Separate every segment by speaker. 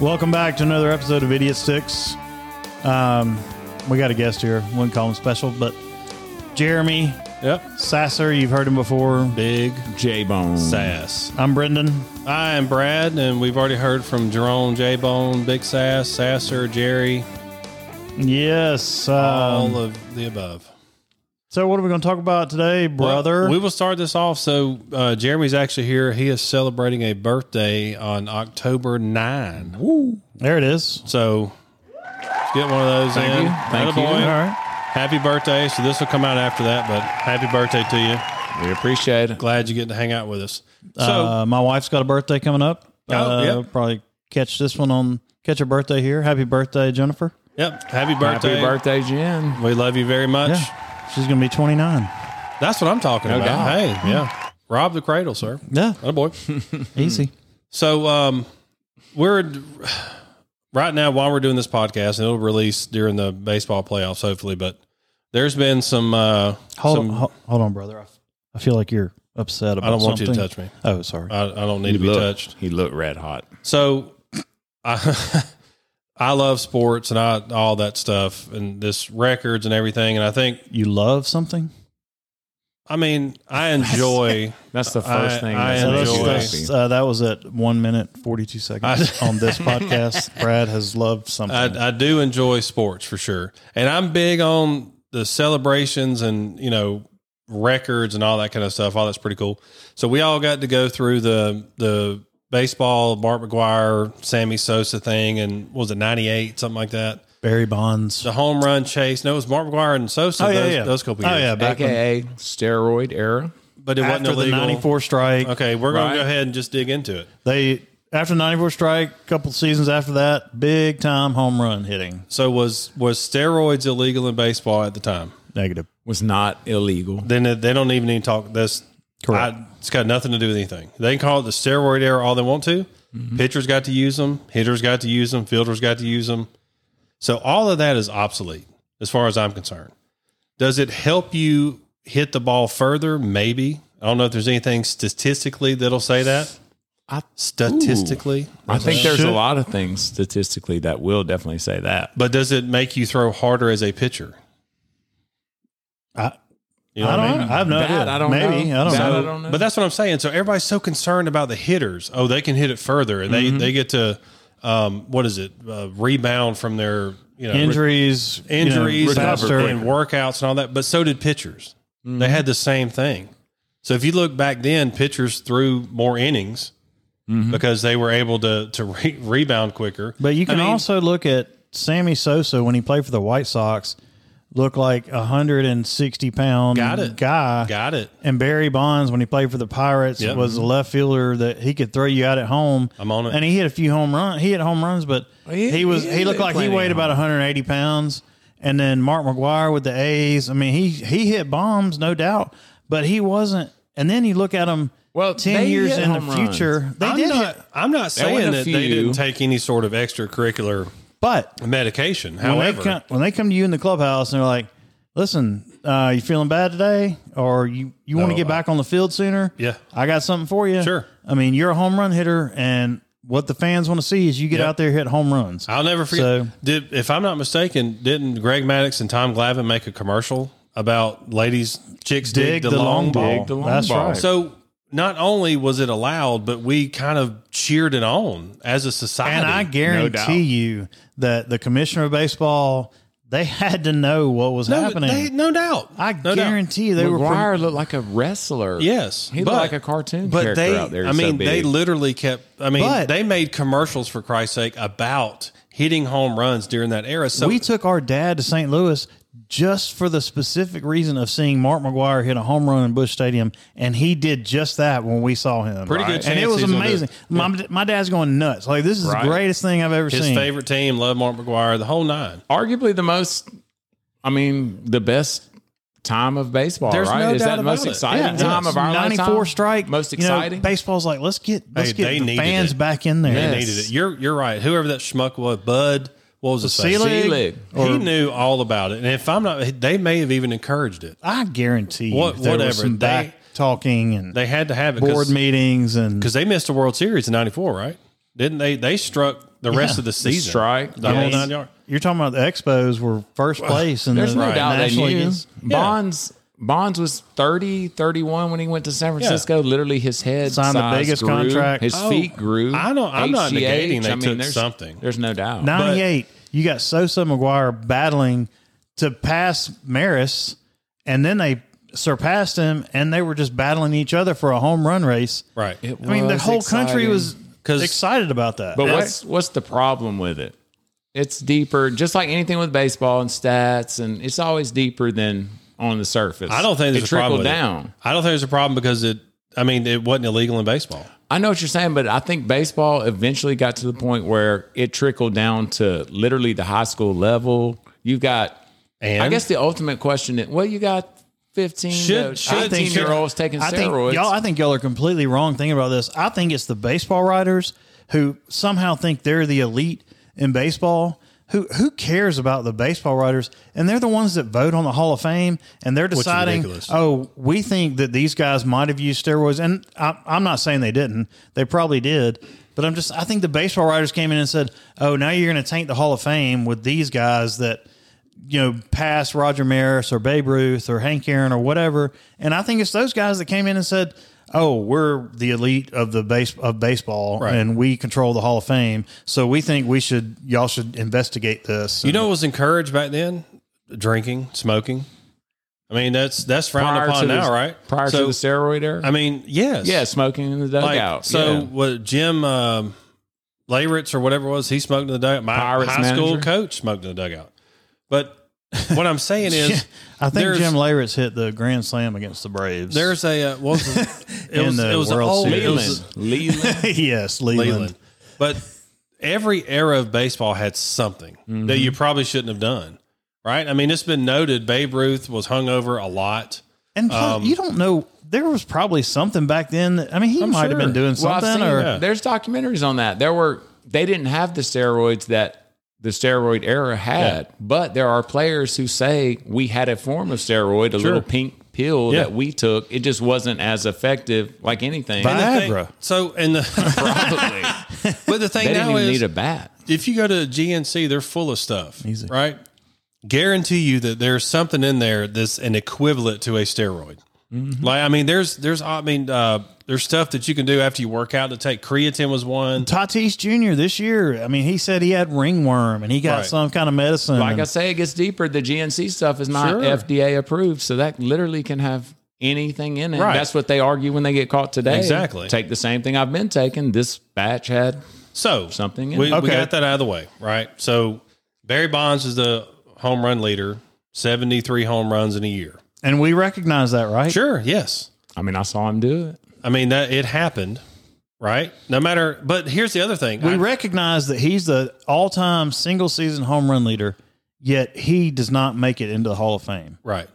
Speaker 1: Welcome back to another episode of Idiot Sticks. Um, we got a guest here. Wouldn't call him special, but Jeremy
Speaker 2: Yep.
Speaker 1: Sasser. You've heard him before.
Speaker 2: Big
Speaker 3: J Bone.
Speaker 2: Sass.
Speaker 1: I'm Brendan.
Speaker 2: I am Brad, and we've already heard from Jerome, J Bone, Big Sass, Sasser, Jerry,
Speaker 1: Yes. Um,
Speaker 2: all of the above.
Speaker 1: so, what are we going to talk about today, brother?
Speaker 2: Well, we will start this off. So, uh, Jeremy's actually here. He is celebrating a birthday on October 9.
Speaker 1: there it is.
Speaker 2: So, let's get one of those
Speaker 3: Thank
Speaker 2: in.
Speaker 3: you. Thank you.
Speaker 2: Attaboy.
Speaker 1: All right.
Speaker 2: Happy birthday. So, this will come out after that, but happy birthday to you.
Speaker 3: We appreciate it.
Speaker 2: Glad you get to hang out with us. So,
Speaker 1: uh, my wife's got a birthday coming up.
Speaker 2: Oh,
Speaker 1: uh,
Speaker 2: yeah.
Speaker 1: Probably catch this one on catch her birthday here. Happy birthday, Jennifer.
Speaker 2: yep. Happy birthday.
Speaker 3: Happy birthday, Jen.
Speaker 2: We love you very much.
Speaker 1: Yeah. She's going to be 29.
Speaker 2: That's what I'm talking
Speaker 3: Okay.
Speaker 2: about. Hey,
Speaker 1: Hmm.
Speaker 2: yeah. Rob the cradle, sir.
Speaker 1: Yeah.
Speaker 2: Oh boy.
Speaker 1: Easy.
Speaker 2: So um we're right now while we're doing this podcast and it'll release during the baseball playoffs hopefully, but there's been some uh
Speaker 1: Hold,
Speaker 2: some,
Speaker 1: on, ho- hold on, brother. I, f- I feel like you're upset about
Speaker 2: I don't want you to
Speaker 1: something.
Speaker 2: touch me.
Speaker 1: Oh, sorry.
Speaker 2: I, I don't need to be touched.
Speaker 3: He looked red hot.
Speaker 2: So I I love sports and I all that stuff and this records and everything and I think
Speaker 1: you love something?
Speaker 2: I mean I enjoy
Speaker 3: That's the first
Speaker 2: I-
Speaker 3: thing.
Speaker 2: I
Speaker 3: that's
Speaker 1: So
Speaker 2: enjoy
Speaker 1: that's-
Speaker 3: made me
Speaker 1: that's-
Speaker 3: happy.
Speaker 1: uh, that was at one minute, 42 seconds on this podcast. Brad has loved something.
Speaker 2: I, I do enjoy sports for sure, and I'm big on the celebrations and you know records and all that kind of stuff. All that's pretty cool. So we all got to go through the the baseball Bart McGuire, Sammy Sosa thing, and what was it '98 something like that?
Speaker 1: Barry Bonds.
Speaker 2: The home run chase. No, it was Bart McGuire and Sosa. those, those couple years.
Speaker 1: Oh, yeah. Back when,
Speaker 3: AKA steroid era.
Speaker 2: but it wasn't
Speaker 1: after the
Speaker 2: illegal.
Speaker 1: 94 strike,
Speaker 2: Okay, we're gonna
Speaker 3: Right.
Speaker 2: go ahead and just dig into it.
Speaker 1: they after 94 strike, a couple seasons after that, big time home run hitting.
Speaker 2: So was was steroids illegal in baseball at the time?
Speaker 1: Negative.
Speaker 3: Was not illegal.
Speaker 2: then it- they don't even need to talk. That's
Speaker 1: Correct.
Speaker 2: I, it's got nothing to do with anything. They can call it the steroid era all they want to. Pitchers got to use them. Hitters got to use them. Fielders got to use them. So all of that is obsolete as far as I'm concerned. Does it help you hit the ball further? Maybe. I don't know if there's anything statistically that'll say that.
Speaker 3: I-
Speaker 2: statistically,
Speaker 3: I think there's
Speaker 1: Should-
Speaker 3: a lot of things statistically that will definitely say that.
Speaker 2: but does it make you throw harder as a pitcher?
Speaker 1: I,
Speaker 2: You know
Speaker 1: I
Speaker 2: what
Speaker 1: don't
Speaker 2: I mean?
Speaker 1: know. I have no
Speaker 3: That
Speaker 1: idea.
Speaker 3: I don't
Speaker 1: Maybe.
Speaker 3: know.
Speaker 1: I don't
Speaker 3: That
Speaker 1: know.
Speaker 3: I don't know.
Speaker 2: But that's what I'm saying. So everybody's so concerned about the hitters. Oh, they can hit it further, and they
Speaker 1: Mm-hmm.
Speaker 2: they get to um, what is it uh, rebound from their you know
Speaker 1: Injuries. you know,
Speaker 2: injuries and-
Speaker 1: faster.
Speaker 2: and workouts and all that. But so did pitchers.
Speaker 1: Mm-hmm.
Speaker 2: They had the same thing. So if you look back then, pitchers threw more innings
Speaker 1: Mm-hmm.
Speaker 2: because they were able to to re- rebound quicker.
Speaker 1: But you can
Speaker 2: mean-
Speaker 1: also look at Sammy Sosa when he played for the White Sox, look like a hundred and sixty pound
Speaker 2: Got it.
Speaker 1: guy.
Speaker 2: Got it.
Speaker 1: and Barry Bonds when he played for the Pirates
Speaker 2: Yep.
Speaker 1: was a left fielder that he could throw you out at home.
Speaker 2: I'm on it.
Speaker 1: And he hit a few home runs. He hit home runs, but he,
Speaker 3: He-
Speaker 1: was
Speaker 3: he
Speaker 1: he looked
Speaker 3: hit
Speaker 1: like he
Speaker 3: plenty
Speaker 1: weighed
Speaker 3: of
Speaker 1: about 180 pounds. And then Mark McGuire with the A's. I mean, he he hit bombs, no doubt, but he wasn't. And then you look at him.
Speaker 3: Well,
Speaker 1: ten
Speaker 3: they
Speaker 1: years
Speaker 3: hit
Speaker 1: in the
Speaker 3: home
Speaker 1: future,
Speaker 3: runs.
Speaker 1: they
Speaker 2: I'm
Speaker 1: did,
Speaker 2: not.
Speaker 1: hit,
Speaker 2: I'm not saying
Speaker 3: wasn't a
Speaker 2: that they
Speaker 3: few.
Speaker 2: didn't take any sort of extracurricular
Speaker 1: but
Speaker 2: medication.
Speaker 1: when
Speaker 2: However,
Speaker 1: they come when they come to you in the clubhouse and they're like, "Listen, uh, you feeling bad today, or you you want to get back on the field sooner?"
Speaker 2: Yeah.
Speaker 1: I got something for you.
Speaker 2: Sure.
Speaker 1: I mean, you're a home run hitter, and what the fans want to see is you get
Speaker 2: Yep.
Speaker 1: out there hit home runs.
Speaker 2: I'll never forget.
Speaker 1: So-
Speaker 2: did, if I'm not mistaken, didn't Greg Maddox and Tom Glavine make a commercial about ladies, chicks dig, the, long, ball?
Speaker 3: Dig the long
Speaker 1: That's
Speaker 3: ball.
Speaker 1: right.
Speaker 2: So not only was it allowed, but we kind of cheered it on as a society.
Speaker 1: and I guarantee
Speaker 3: doubt.
Speaker 1: you that the commissioner of baseball they had to know what was
Speaker 2: no,
Speaker 1: happening.
Speaker 2: they- no doubt.
Speaker 1: I
Speaker 2: No doubt.
Speaker 1: guarantee they were.
Speaker 3: McGuire looked like a wrestler.
Speaker 2: Yes,
Speaker 3: he looked
Speaker 2: but-
Speaker 3: like a cartoon
Speaker 2: But
Speaker 3: character
Speaker 2: they,
Speaker 3: out there.
Speaker 2: I
Speaker 3: so
Speaker 2: mean, they
Speaker 3: big.
Speaker 2: literally kept. I mean,
Speaker 1: But-
Speaker 2: they made commercials for Christ's sake about hitting home runs during that era. So
Speaker 3: Oh.
Speaker 1: we took our dad to St. Louis just for the specific reason of seeing Mark McGuire hit a home run in Bush Stadium, and he did just that when we saw him.
Speaker 2: Pretty good
Speaker 1: and it
Speaker 2: chance
Speaker 1: was
Speaker 2: he's gonna do
Speaker 1: amazing.
Speaker 2: it.
Speaker 1: My, my dad's going nuts. Like this is
Speaker 3: Right.
Speaker 1: the greatest thing I've ever
Speaker 2: his
Speaker 1: seen.
Speaker 2: favorite team, love Mark McGuire, the whole nine.
Speaker 3: arguably the most i mean the best time of baseball
Speaker 2: There's
Speaker 3: right
Speaker 2: no
Speaker 3: is
Speaker 2: doubt
Speaker 3: that the most
Speaker 2: about it.
Speaker 3: exciting
Speaker 2: Yeah,
Speaker 3: time
Speaker 2: yes.
Speaker 3: of our
Speaker 1: ninety four
Speaker 3: lifetime?
Speaker 1: strike,
Speaker 3: most
Speaker 1: You know,
Speaker 3: exciting
Speaker 1: baseball's like let's get let's
Speaker 2: Hey, they
Speaker 1: get the
Speaker 2: needed
Speaker 1: fans
Speaker 2: it.
Speaker 1: back in there.
Speaker 2: They
Speaker 3: Yes.
Speaker 2: needed it. You're you're right. Whoever that schmuck was, Bud, what was his name?
Speaker 1: Selig,
Speaker 3: Selig.
Speaker 2: he knew all about it, and if I'm not, they may have even encouraged it.
Speaker 1: I guarantee you,
Speaker 2: What-
Speaker 1: there
Speaker 2: whatever.
Speaker 1: was some
Speaker 2: They-
Speaker 1: back talking and
Speaker 2: They had to have it
Speaker 1: board meetings and
Speaker 2: because they missed a World Series in '94, right? Didn't they? They struck the rest
Speaker 1: Yeah.
Speaker 2: of the
Speaker 3: The
Speaker 2: season.
Speaker 3: strike.
Speaker 2: The whole
Speaker 3: yes.
Speaker 2: nine yard.
Speaker 1: You're talking about the Expos were first place and
Speaker 3: There's
Speaker 1: the
Speaker 3: no doubt they
Speaker 1: National
Speaker 3: knew.
Speaker 1: Leagues.
Speaker 3: Bonds Bonds was 30, 31 when he went to San Francisco. Literally, his head
Speaker 1: Signed the
Speaker 3: size
Speaker 1: biggest
Speaker 3: grew,
Speaker 1: contract.
Speaker 3: His
Speaker 2: Oh,
Speaker 3: feet grew.
Speaker 2: I don't- I'm not
Speaker 3: HGH.
Speaker 2: negating they
Speaker 3: I mean,
Speaker 2: took
Speaker 3: there's,
Speaker 2: something.
Speaker 3: There's no doubt.
Speaker 1: 98, you got Sosa McGuire battling to pass Maris, and then they surpassed him, and they were just battling each other for a home run race.
Speaker 2: Right.
Speaker 3: It
Speaker 1: I mean, the
Speaker 3: was
Speaker 1: whole country
Speaker 3: exciting.
Speaker 1: was
Speaker 2: 'Cause-
Speaker 1: excited about that.
Speaker 3: But what's what's the problem with it? It's deeper, just like anything with baseball and stats, and it's always deeper than on the surface.
Speaker 2: I don't think
Speaker 3: it
Speaker 2: there's a problem.
Speaker 3: trickled
Speaker 2: with it.
Speaker 3: down.
Speaker 2: I don't think there's a problem because it. I mean, it wasn't illegal in baseball.
Speaker 3: I know what you're saying, but I think baseball eventually got to the point where it trickled down to literally the high school level. You've got,
Speaker 2: And
Speaker 3: I guess, the ultimate question. Is, well, you got 15
Speaker 2: Should-
Speaker 3: to
Speaker 2: should-
Speaker 3: 18 year olds taking
Speaker 1: I think
Speaker 3: steroids.
Speaker 1: y'all, I think y'all are completely wrong thinking about this. I think it's the baseball writers who somehow think they're the elite in baseball. Who who cares about the baseball writers? And they're the ones that vote on the Hall of Fame, and they're deciding,
Speaker 2: ridiculous.
Speaker 1: oh, we think that these guys might have used steroids. And I, I'm not saying they didn't; they probably did. But I'm just, I think the baseball writers came in and said, oh, now you're going to taint the Hall of Fame with these guys that you know, past Roger Maris or Babe Ruth or Hank Aaron or whatever. And I think it's those guys that came in and said, "Oh, we're the elite of the base of baseball,
Speaker 2: Right.
Speaker 1: and we control the Hall of Fame. So we think we should, y'all should investigate this."
Speaker 2: you know what was encouraged back then? Drinking, smoking. I mean, that's that's frowned upon
Speaker 3: the,
Speaker 2: now, right?
Speaker 3: Prior
Speaker 2: so,
Speaker 3: to the steroid era?
Speaker 2: I mean, yes,
Speaker 3: yeah, smoking in the
Speaker 2: Like,
Speaker 3: dugout.
Speaker 2: so
Speaker 3: yeah.
Speaker 2: what? Jim um, Leyritz or whatever it was, he smoked in the dugout. My
Speaker 3: Pirates
Speaker 2: high school
Speaker 3: manager?
Speaker 2: coach smoked in the dugout. But what I'm saying is,
Speaker 1: I think
Speaker 2: there's-
Speaker 1: Jim Leyritz hit the grand slam against the Braves.
Speaker 2: there's a uh, what was the, it
Speaker 1: In
Speaker 2: was
Speaker 1: the
Speaker 2: it was an
Speaker 1: World
Speaker 2: old it
Speaker 1: Series.
Speaker 2: was-
Speaker 3: Leland. Leland.
Speaker 1: yes, Leland.
Speaker 2: Leland. But every era of baseball had something
Speaker 3: Mm-hmm.
Speaker 2: that you probably shouldn't have done, right? I mean, it's been noted Babe Ruth was hung over a lot.
Speaker 1: and plus,
Speaker 2: Um,
Speaker 1: you don't know. There was probably something back then. That, I mean, he might have
Speaker 2: sure.
Speaker 1: been doing
Speaker 3: Well, I've
Speaker 1: something,
Speaker 3: seen-
Speaker 1: or
Speaker 3: there's documentaries on that. There were they didn't have the steroids that the steroid era had, but there are players who say we had a form of steroid, a little pink pill
Speaker 2: Yeah.
Speaker 3: that we took. It just wasn't as effective, like anything.
Speaker 2: And the thing-
Speaker 1: Viagra.
Speaker 2: so, and the,
Speaker 3: Probably
Speaker 2: but the thing
Speaker 3: they didn't
Speaker 2: now
Speaker 3: even
Speaker 2: is,
Speaker 3: need a bat.
Speaker 2: if you go to GNC, they're full of stuff, right? Guarantee you that there's something in there that's an equivalent to a steroid.
Speaker 3: Mm-hmm.
Speaker 2: Like, I mean, there's, there's, I mean, uh, there's stuff that you can do after you work out to take creatine was one.
Speaker 1: Tatis Jr. this year. I mean, he said he had ringworm and he got
Speaker 2: Right.
Speaker 1: some kind of medicine.
Speaker 3: Like
Speaker 1: and-
Speaker 3: I say, it gets deeper. The GNC stuff is not
Speaker 2: Sure.
Speaker 3: FDA approved, so that literally can have anything in it.
Speaker 2: Right.
Speaker 3: That's what they argue when they get caught today.
Speaker 2: Exactly.
Speaker 3: Take the same thing I've been taking. This batch had
Speaker 2: So
Speaker 3: Something in
Speaker 2: We,
Speaker 3: it.
Speaker 2: we
Speaker 1: Okay.
Speaker 2: got that out of the way, right? So Barry Bonds is the home run leader, seventy three home runs in a year.
Speaker 1: And we recognize that, right?
Speaker 2: Sure, yes.
Speaker 3: I mean, I saw him do it.
Speaker 2: I mean that it happened, right? No matter. But here's the other thing.
Speaker 1: We
Speaker 2: I-
Speaker 1: recognize that he's the all time single season home run leader, yet he does not make it into the Hall of Fame.
Speaker 2: right.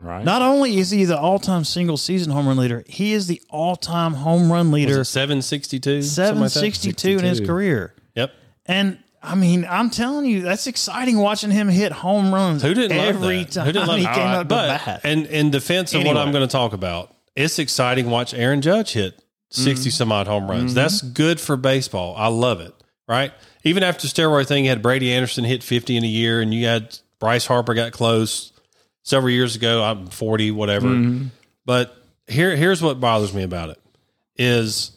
Speaker 3: Right.
Speaker 1: Not only is he the all time single season home run leader, he is the all time home run leader,
Speaker 2: Seven sixty two.
Speaker 1: 762 in his
Speaker 3: 62.
Speaker 1: career.
Speaker 2: Yep.
Speaker 1: And I mean, I'm telling you, that's exciting watching him hit home runs
Speaker 2: Who didn't love
Speaker 1: every
Speaker 2: that?
Speaker 1: time
Speaker 2: Who didn't love
Speaker 1: he
Speaker 2: that?
Speaker 1: came
Speaker 2: All right,
Speaker 1: out
Speaker 2: but
Speaker 1: the bat.
Speaker 2: and in defense of what
Speaker 1: Anyway.
Speaker 2: I'm going to talk about, it's exciting. to Watch Aaron Judge hit 60
Speaker 1: Mm-hmm.
Speaker 2: some odd home runs. That's good for baseball. I love it. Right. Even after the steroid thing, you had Brady Anderson hit 50 in a year, and you had Bryce Harper got close several years ago. I'm 40, whatever.
Speaker 1: Mm-hmm.
Speaker 2: But here, here's what bothers me about it is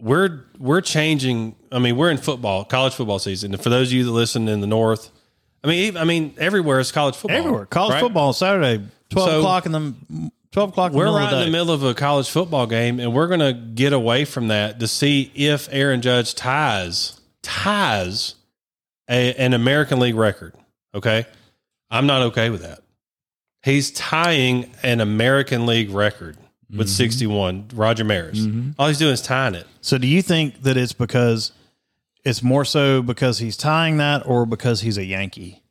Speaker 2: we're we're changing. I mean, we're in football, college football season. And for those of you that listen in the north, I mean, even- I mean, everywhere is college football.
Speaker 1: Everywhere. College
Speaker 2: right?
Speaker 1: football, Saturday, 12
Speaker 2: So-
Speaker 1: o'clock in the. 12 o'clock in the
Speaker 2: We're
Speaker 1: middle
Speaker 2: right
Speaker 1: of the
Speaker 2: in the
Speaker 1: day.
Speaker 2: middle of a college football game, and we're going to get away from that to see if Aaron Judge ties ties a, an American League record. Okay, I'm not okay with that. He's tying an American League record with
Speaker 1: Mm-hmm.
Speaker 2: 61. Roger Maris. All he's doing is tying it.
Speaker 1: So do you think that it's because it's more so because he's tying that or because he's a Yankee?